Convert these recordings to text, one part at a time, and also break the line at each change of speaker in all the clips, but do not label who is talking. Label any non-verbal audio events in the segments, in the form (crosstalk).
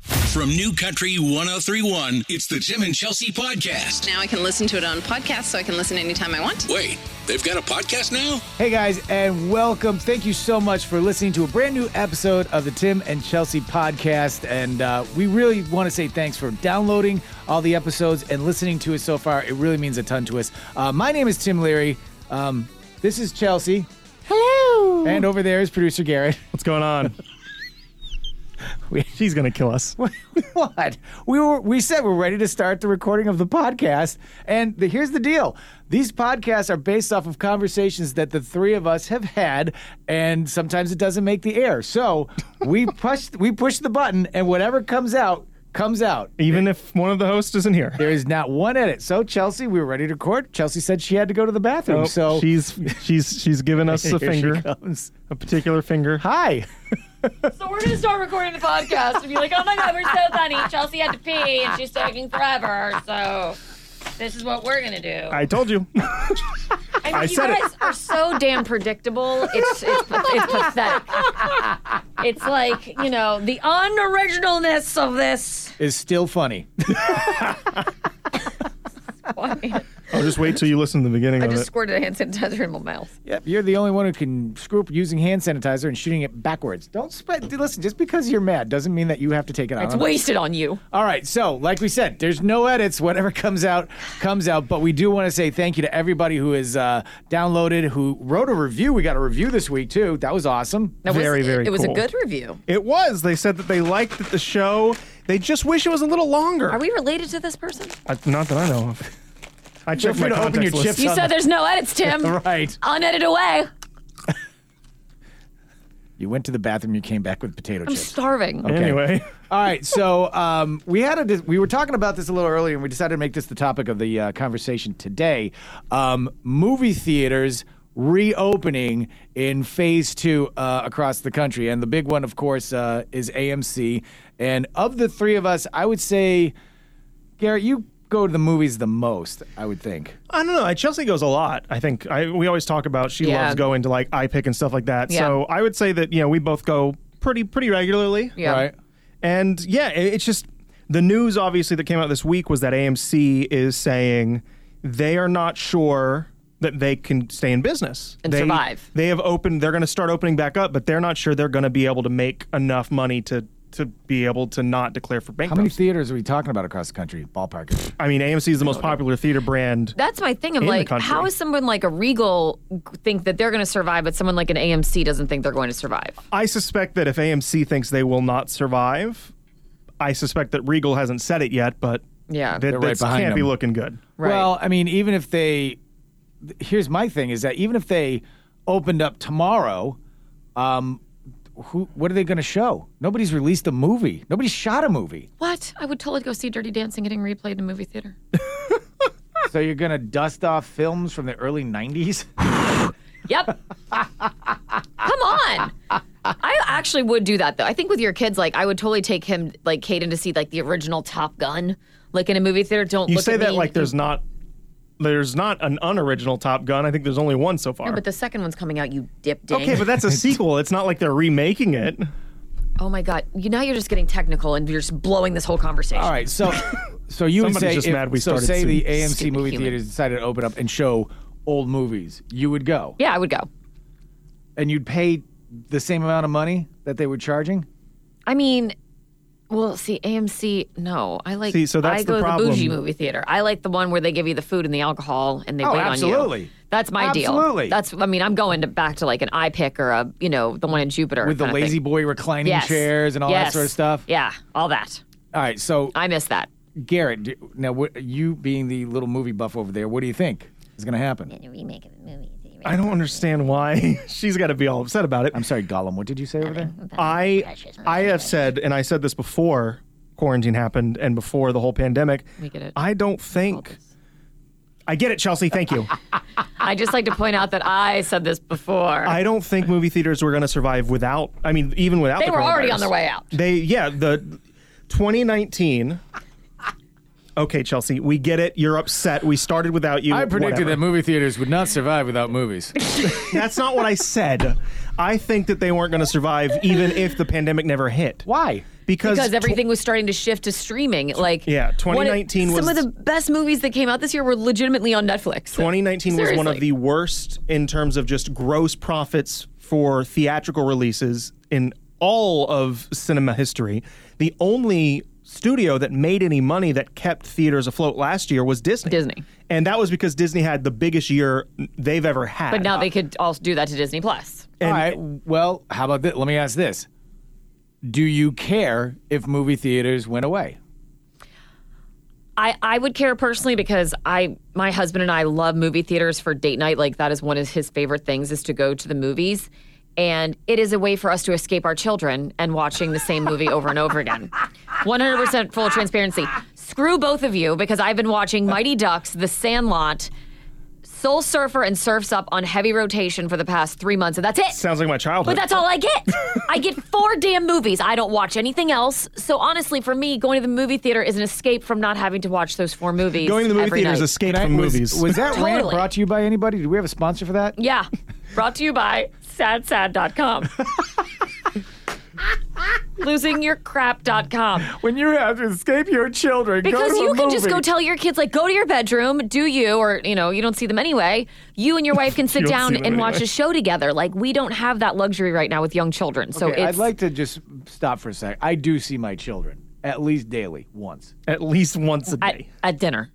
From New Country 1031, it's the Tim and Chelsea Podcast.
Now I can listen to it on podcast, so I can listen anytime I want.
Wait, they've got a podcast now?
Hey guys, and welcome. Thank you so much for listening to a brand new episode of the Tim and Chelsea podcast. And uh, we really want to say thanks for downloading all the episodes and listening to it so far. It really means a ton to us. Uh, my name is Tim Leary. Um, this is Chelsea. Hello. And over there is producer Garrett.
What's going on?
(laughs) We-
She's gonna kill us.
(laughs) what? We were we said we're ready to start the recording of the podcast, and the, here's the deal: these podcasts are based off of conversations that the three of us have had, and sometimes it doesn't make the air. So we push we push the button, and whatever comes out comes out.
Even if one of the hosts isn't here.
There is not one edit. So Chelsea, we were ready to record. Chelsea said she had to go to the bathroom.
Oh,
so
she's she's she's given us a
(laughs) Here she
(laughs) finger,
comes.
a particular finger.
Hi.
So we're gonna start recording the podcast and be like, "Oh my god, we're so funny." Chelsea had to pee and she's taking forever, so this is what we're gonna do.
I
(laughs)
told you.
mean,
I
you
said it.
guys are so damn predictable. It's it's, it's pathetic. It's like you know the unoriginalness of this.
Is still funny.
I
I'll just wait till you listen to the beginning of
just
it.
squirted a hand sanitizer in my mouth.
Yep, you're the only one who can screw up using hand sanitizer and shooting it backwards. Don't spread. dude, Listen, just because you're mad doesn't mean that you have to take it out.
It's
on us.
wasted on you.
All right, so like we said, there's no edits. Whatever comes out, comes out. But we do want to say thank you to everybody who has uh, downloaded, who wrote a review. We got a review this week too. That was awesome.
That was-
Very, very
It was
cool.
a good review.
It was. They said that they liked the show. They just wish it was a little longer.
Are we related to this person?
Uh, not that I
(laughs)
know of. I
Feel
checked
free
my
to open
context
your chips.
list.
You said there's no edits, Tim.
Right.
Unedited away.
You went to the bathroom. You came back with potato
I'm
chips.
starving.
Okay.
(laughs) Anyway,
All right, so um, we had a dis- we were talking about this a little earlier, and we decided to make this the topic of the uh, conversation today. Um, movie theaters reopening in phase two uh, across the country, and the big one, of course, uh, is AMC. And of the three of us, I would say, Garrett, you go to the movies the most. I would think.
I don't know. Chelsea goes a lot. I think I, we always talk about she
Yeah.
loves going to like iPick and stuff like that.
Yeah.
So I would say that you know we both go pretty pretty regularly.
Yeah.
Right.
And yeah, it, it's just the news obviously that came out this week was that AMC is saying they are not sure that they can stay in business
And
They-
survive.
They have opened. They're going to start opening back up, but they're not sure they're going to be able to make enough money to to be able to not declare for
How many
bankruptcy.
theaters are we talking about across the country? Ballpark.
I mean, AMC is the most popular theater brand.
That's my thing.
In
I'm
the
like,
country.
how is someone like a Regal think that they're going to survive, but someone like an AMC doesn't think they're going to survive?
I suspect that if AMC thinks they will not survive, I suspect that Regal hasn't said it yet, but that,
Yeah.
They're right
that's-
behind
can't be
them.
looking good.
Right.
Well, I mean, even if they, th- here's my thing is that even if they opened up tomorrow, um, who, what are they going to show? Nobody's released a movie. Nobody shot a movie.
What? I would totally go see Dirty Dancing getting replayed in a movie theater.
so you're going to dust off films from the early 90s?
Yep. Come on. I actually would do that though. I think with your kids, like I would totally take him, like Caden, to see like the original Top Gun, like in a movie theater. Don't
You
look
say
at
that
me.
like there's not there's not an unoriginal Top Gun. I think there's only one so far.
But the second one's coming out. You dip dang.
okay, but that's a sequel. It's not like they're remaking it.
oh my god! You now you're just getting technical and you're just blowing this whole
(laughs)
conversation.
All right, so so you would
Somebody's
say
just
if-
mad we
so
started
say
soon.
the AMC
Stupid
movie
human.
theaters decided to open up and show old movies, you would go
Yeah, I would go.
and you'd pay the same amount of money that they were charging.
I mean, well, see, AMC. No, I like.
See, so that's
I go
the
to
problem.
the bougie movie theater. I like the one where they give you the food and the alcohol and they
Oh,
wait on
absolutely.
you. That's my deal.
Absolutely.
That's. I mean, I'm going to back to like an iPick or a you know the one in Jupiter
With the
kinda thing.
lazy boy reclining
Yes.
chairs and all that
Yes.
sort of stuff.
Yeah, all that.
All right, so
I miss that.
Garrett, do, now what, you being the little movie buff over there, what do you think is going to happen?
a remake of the movie.
I don't understand why (laughs) she's got to be all upset about it.
I'm sorry, Gollum. What did you say over there?
I I have said, and I said this before quarantine happened and before the whole pandemic.
We get it.
I don't think. I get it, Chelsea. Thank
(laughs)
you.
I
(laughs)
just like to point out that I said this before.
I don't think movie theaters were going to survive without. I mean, even without.
they
the
were already on
coronavirus.
their
(laughs)
way out.
They yeah the 2019. Okay, Chelsea, we get it. You're upset. We started without you.
I predicted that
Whatever.
movie theaters would not survive without (laughs) movies.
(laughs) That's not what I said. I think that they weren't going to survive even if the pandemic never hit.
Why?
Because
because
tw-
everything was starting to shift to streaming. Like
Yeah,
one of-
2019 was-
some of the best movies that came out this year were legitimately on Netflix.
2019 was one of
Seriously.
the worst in terms of just gross profits for theatrical releases in all of cinema history. The only studio that made any money that kept theaters afloat last year was Disney.
Disney.
And that was because Disney had the biggest year they've ever had.
But now they could also do that to Disney Plus.
All right. Well, how about this? Let me ask this: Do you care if movie theaters went away?
I, I would care personally because I my husband and I love movie theaters for date night. Like that is one of his favorite things is to go to the movies. And it is a way for us to escape our children and watching the same movie over and over again. 100% full transparency. Screw both of you because I've been watching Mighty Ducks, The Sandlot, Soul Surfer, and Surfs Up on heavy rotation for the past three months. And that's it.
Sounds like my childhood.
But that's all I
(laughs)
get. I get four damn movies. I don't watch anything else. So honestly, for me, going to the movie theater is an escape from not having to watch those four movies.
Going to the movie
every
theater is
night.
escape
I-
from
was,
movies.
Was that rant
Totally.
brought to you by anybody? Did we have a sponsor for that?
Yeah. Brought to you by
(laughs)
sadsad.com. Losingyourcrap.com.
When you have to escape your children,
Because
go to
you
a
can just
movie.
go tell your kids, like, go to your bedroom, do you, or, you know, you don't see them anyway. You and your
(laughs)
wife can sit
don't
down
see
and
them
watch
anyway.
a show together. Like, we don't have that luxury right now with young children. So
Okay,
it's.
I'd like to just stop for a sec. I do see my children at least daily, once.
(laughs) at least once a day.
at, at dinner.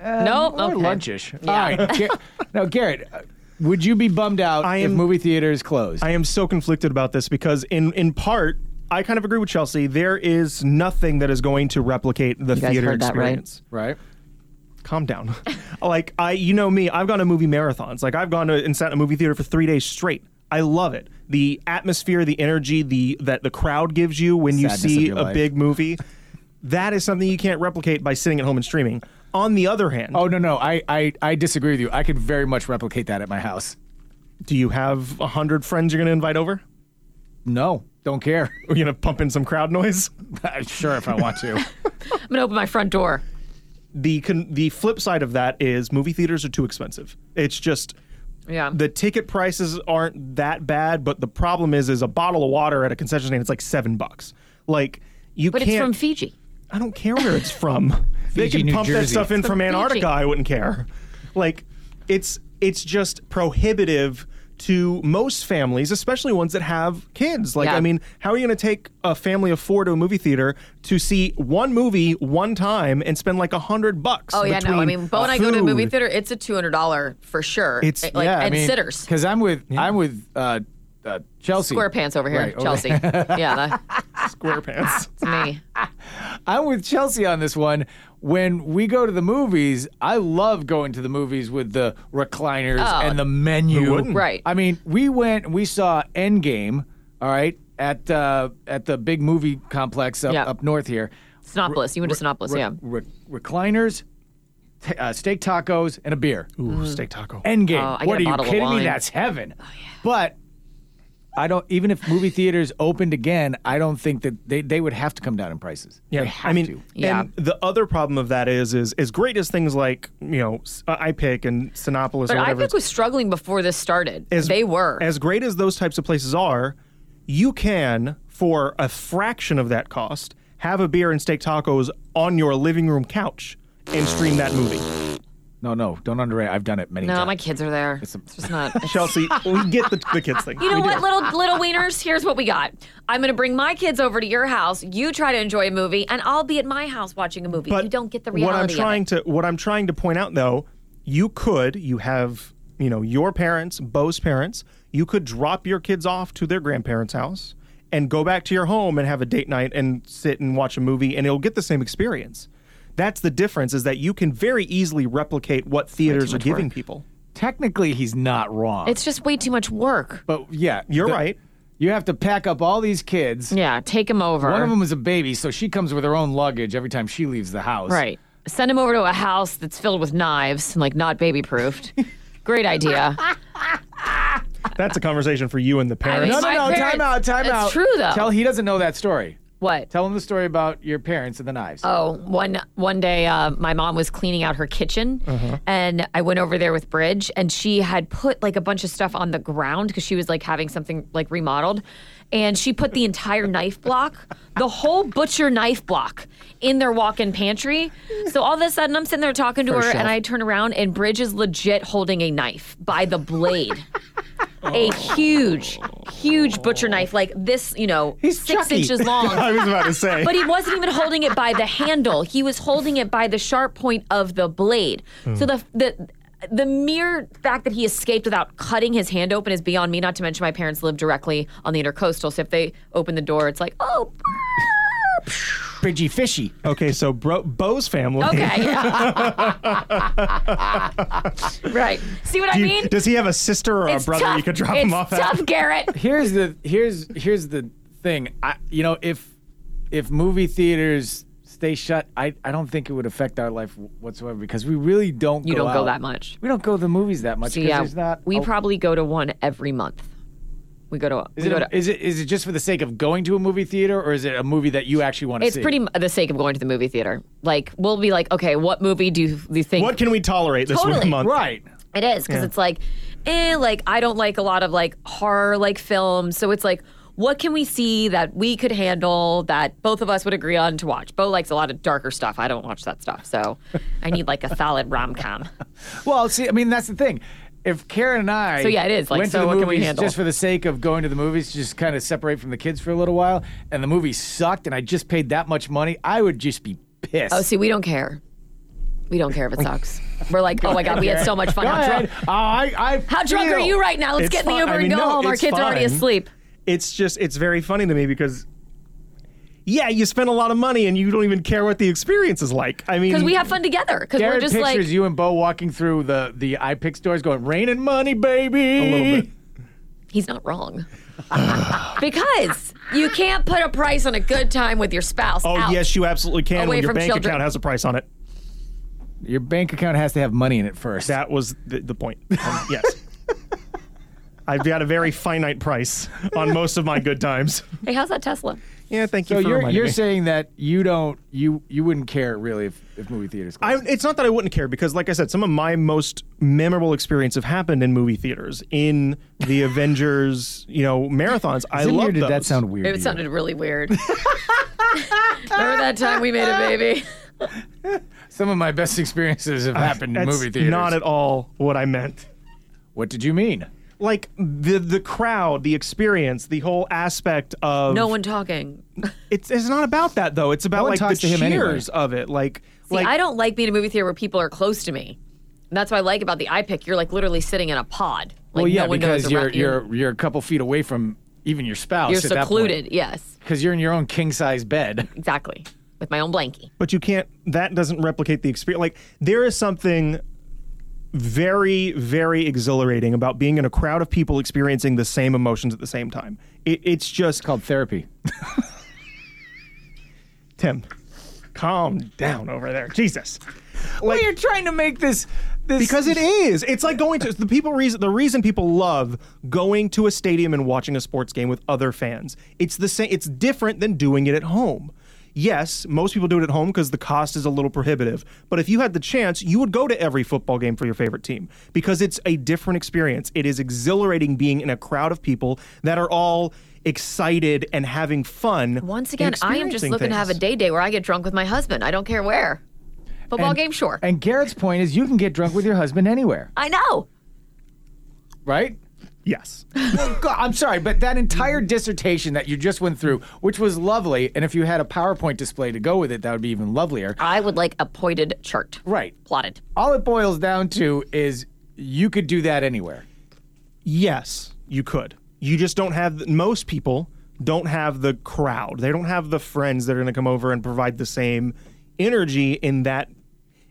Uh,
nope.
Or
okay.
lunchish. All
(laughs)
right. Gar- now, Garrett, uh, would you be bummed out
I
if
am-
movie theaters closed?
I am so conflicted about this because in in part I kind of agree with Chelsea. There is nothing that is going to replicate the
guys
theater
heard that, right?
experience.
right?
Calm down. (laughs) like I you know me, I've gone to movie marathons. Like I've gone to and sat in a movie theater for 3 days straight. I love it. The atmosphere, the energy, the that the crowd gives you when
Sadness
you
of
see
your
a
life.
big movie. That is something you can't replicate by sitting at home and streaming. On the other hand,
Oh, no, no. I, I, I disagree with you. I could very much replicate that at my house.
do you have 100 friends you're going to invite over?
No, don't care.
Are you going to pump in some
(laughs)
crowd noise?
Uh, sure, if I want to.
I'm going to open my front door.
(laughs) the con- the flip side of that is movie theaters are too expensive. It's just
Yeah.
the ticket prices aren't that bad, but the problem is is a bottle of water at a concession stand it's like seven bucks. Like you
But
can't.
it's from Fiji.
I don't care where it's from.
(laughs)
they
Fiji,
can
New
pump that
Jersey.
stuff in
It's
from
from
Antarctica.
Fiji.
I wouldn't care. Like it's it's just prohibitive to most families, especially ones that have kids. Like
Yeah.
I mean, how are you going to take a family of four to a movie theater to see one movie one time and spend like a hundred bucks?
Oh yeah, no. I
between
mean, but when I go to the movie
food-
theater, it's a two hundred dollar for sure.
It's-
like
yeah,
and
I mean,
sitters,
Because I'm with I'm with uh, uh, Chelsea.
square pants over here,
Right, okay.
Chelsea. yeah, that's (laughs)
SquarePants.
me.
I'm with Chelsea on this one. When we go to the movies, I love going to the movies with the recliners and the menu.
Who wouldn't?
Oh. Right.
I mean, we went and we saw Endgame. All right, at uh, at the big movie complex up
Yeah.
up north here.
Sinopolis. You went to Sinopolis,
Re-
yeah.
re- recliners, t- uh, steak tacos, and a beer.
Ooh, steak taco.
Endgame.
Oh, I get
what
a
are you
bottle of
kidding me?
wine. Oh,
That's heaven. But I don't. Even if movie theaters opened again, I don't think that they, they would have to come down in prices. They have
I mean,
to.
Yeah.
And the other problem of that is, is as great as things like you know, S- uh, iPic and Sinopolis
But
or
I
whatever.
think was struggling before this started. they were.
as great as those types of places are, you can for a fraction of that cost have a beer and steak tacos on your living room couch and stream that
(laughs)
movie.
No, no, don't underrate. I've done it many
no,
times.
my kids are there. It's, just not. it's-
Chelsea, we get the, the kids thing.
You know what, little little wieners? Here's what we got. I'm gonna bring my kids over to your house. You try to enjoy a movie, and I'll be at my house watching a movie. you don't get the reality.
What I'm
of it.
trying to what I'm trying to point out though, you could you have you know your parents, Bo's parents, you could drop your kids off to their grandparents' house and go back to your home and have a date night and sit and watch a movie and it'll get the same experience. That's the difference is that you can very easily replicate what theaters are
much
giving people.
Technically, he's not wrong.
It's just way too much work.
but yeah,
You're
the-
right.
You have to pack up all these kids.
Yeah, take them over.
One of them is a baby, so she comes with her own luggage every time she leaves the house.
Right. Send him over to a house that's filled with knives and like not baby proofed. Great idea.
That's a conversation for you and the
I mean,
parents.
No, no,
My
no. time
parents-
out. Time
it's
out.
true, though.
Tell he doesn't know that story.
What?
Tell him the story about your parents and the knives.
Oh, one one day, uh, my mom was cleaning out her kitchen,
Mm-hmm.
and I went over there with Bridge, and she had put like a bunch of stuff on the ground because she was like having something like remodeled, and she put the entire knife block, the whole butcher knife block, in their walk-in pantry. So all of a sudden, I'm sitting there talking to her,
shelf.
and I turn around, and Bridge is legit holding a knife by the blade.
(laughs) Oh.
A huge, huge butcher knife, like this, you know,
He's
six
Chucky.
inches
(laughs)
long.
I was about to say.
But he wasn't even holding it by the handle. He was holding it by the sharp point of the blade. So the the the mere fact that he escaped without cutting his hand open is beyond me. Not to mention my parents live directly on the intercoastal, so if they open the door, it's like oh. (laughs)
Bridgie Fishy.
okay, so bro, Bo's family.
Okay. (laughs) right. See what I
Do you-
mean?
does he have a sister or
it's
a brother
tough.
you could drop
it's
him off
tough,
(laughs)
at?
Garrett.
Here's the here's here's the thing. I you know if if movie theaters stay shut, I I don't think it would affect our life whatsoever because we really don't.
You
go
don't go
out.
that much.
We don't go to the movies that much.
So
'cause
yeah,
there's not.
we
a-
probably go to one every month. We go to.
Is
we
it,
go
a-
to
is it is it just for the sake of going to a movie theater, or is it a movie that you actually want to
It's
see?
pretty m- the sake of going to the movie theater. Like we'll be like, okay, what movie do you, do you think
What can we tolerate this
Totally.
month?
right.
it is? Because it's like, eh, like I don't like a lot of like horror like films, so it's like, what can we see that we could handle that both of us would agree on to watch? Bo likes a lot of darker stuff. I don't watch that stuff, so I need like a solid rom com.
Well, see, I mean, that's the thing. If Karen and I
So, yeah, it is, like,
went
so
to the
what can we
movies
handle?
just for the sake of going to the movies, just kind of separate from the kids for a little while, and the movie sucked, and I just paid that much money, I would just be pissed.
(laughs) Oh, see, we don't care. We don't care if it sucks.
(laughs)
We're like, oh my god, we had so much fun.
Go
How
ahead.
drunk,
Oh, I, I
how drunk are
feel-
you right now? Let's
It's
get in the
fine.
Uber
I
and
mean,
go
no,
home. Our
it's
kids are already
fine.
asleep.
It's just it's very funny to me because yeah, you spend a lot of money and you don't even care what the experience is like. I mean,
Because we have fun together. Because
Karen
we're just
pictures
like
you and Bo walking through the the iPick stores, going rain and money, baby.
a little bit.
He's not wrong. (laughs) because you can't put a price on a good time with your spouse.
Oh
Ouch.
yes, you absolutely can.
Away
when your
from
bank
children.
account has a price on it.
Your bank account has to have money in it first.
That was the, the point.
(laughs)
Um, yes. I've got a very finite price on most of my good times.
Hey, how's that Tesla?
(laughs) Yeah, thank
so
you for
you're
reminding
you're
me.
saying that you don't you you wouldn't care really if, if movie theaters
I,
closed.
it's not that I wouldn't care because, like I said, some of my most memorable experience have happened in movie theaters, in the (laughs) Avengers, you know, marathons. I
Isn't it weird?
love
Did that
those.
sound weird? to
It
you?
sounded really weird. (laughs) Remember that time we made a baby?
Some of my best experiences have happened in
That's
movie theaters.
Not at all what I meant.
what did you mean?
Like the the crowd, the experience, the whole aspect of
(laughs) No one talking.
It's it's not about that though. It's about
one
like the
talks to him anyway.
cheers of it. Like
See,
like
I don't like being in a movie theater where people are close to me. And that's what I like about the iPick. You're like literally sitting in a pod. Like
well, yeah,
no one
because
knows
you're
around-
you're you're a couple feet away from even your spouse.
you're
at that point.
secluded. Yes,
because you're in your own king size bed.
exactly. With my own blankie.
but you can't that doesn't replicate the experience like there is something very very exhilarating about being in a crowd of people experiencing the same emotions at the same time it, it's
(laughs)
just
Called therapy.
tim calm down over there jesus
well, you're trying to make this this
because it is it's like going to the people reason the reason people love going to a stadium and watching a sports game with other fans it's the same it's different than doing it at home yes most people do it at home because the cost is a little prohibitive but if you had the chance you would go to every football game for your favorite team because it's a different experience it is exhilarating being in a crowd of people that are all excited and having fun
Once
and
again, I am just
experiencing
looking to have a
things.
day day where I get drunk with my husband. I don't care where. Football game, sure.
And Garrett's point is, you can get drunk with your husband anywhere,
I know.
right?
yes
God, I'm sorry, but that entire dissertation that you just went through, which was lovely, and if you had a PowerPoint display to go with it, that would be even lovelier.
I would like a pointed chart.
Right.
Plotted.
All it boils down to is you could do that anywhere.
Yes, you could. You just don't have most people don't have the crowd. They don't have the friends that are going to come over and provide the same energy in that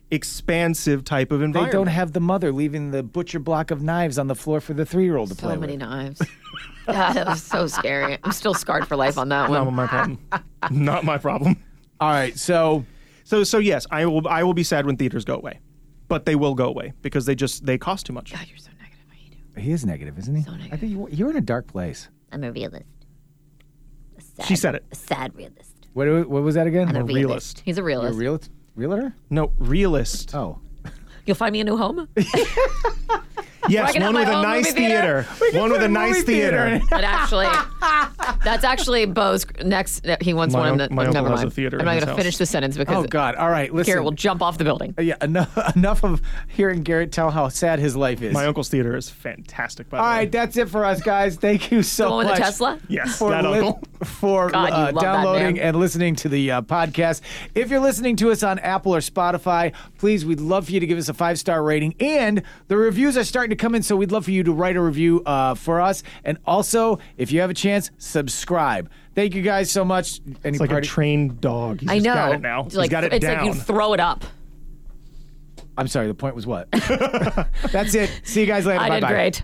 expansive type of
They
environment.
don't have the mother leaving the butcher block of knives on the floor for the three-year-old to play
So many
with.
(laughs)
knives. (laughs) God, that was so scary. I'm still scarred for life on that
Not
one.
(laughs)
my problem. Not my problem.
All right, so
So so yes, I will I will be sad when theaters go away. But they will go away because they just they cost too much.
God, you're so negative. I hate you.
he is negative, isn't he? I think you, you're in a dark place.
I'm a realist. A sad,
She said it.
A sad realist.
What, what was that again?
I'm a
You're
Realist.
realist.
He's a
a
realist.
real realtor?
No, realist.
Oh,
You'll find me a new home.
Yes,
can have
one
my
with a
own
nice
movie theater.
theater. One with
put
a
a
nice
movie theater
theater.
in
(laughs)
But actually, that's actually Bo's next. He wants
My
one.
unc-
in the,
my
never
uncle has
mind.
a theater
I'm not
in his
gonna
house.
finish the sentence because
Oh God! All right, listen.
Garrett will jump off the building.
yeah, enough, (laughs) enough of hearing Garrett tell how sad his life is.
My uncle's theater is fantastic. By the
All
way.
right, that's it for us, guys. Thank you so
The one with the
much.
Tesla?
Yes,
for
that
li-
uncle.
for
God, you
uh,
love that
downloading
man.
and listening to the uh, podcast. If you're listening to us on Apple or Spotify, please, we'd love for you to give us a five star rating. And the reviews are starting to come in, so we'd love for you to write a review uh, for us. And also, if you have a chance, subscribe. Thank you guys so much. Any
It's like
party?
a trained dog. He's
I
just
know.
Got it now.
It's
He's
Like,
got it
it's
down.
like you throw it up.
I'm sorry. The point was what? (laughs) that's it. See you guys later.
I
bye
did
bye.
great.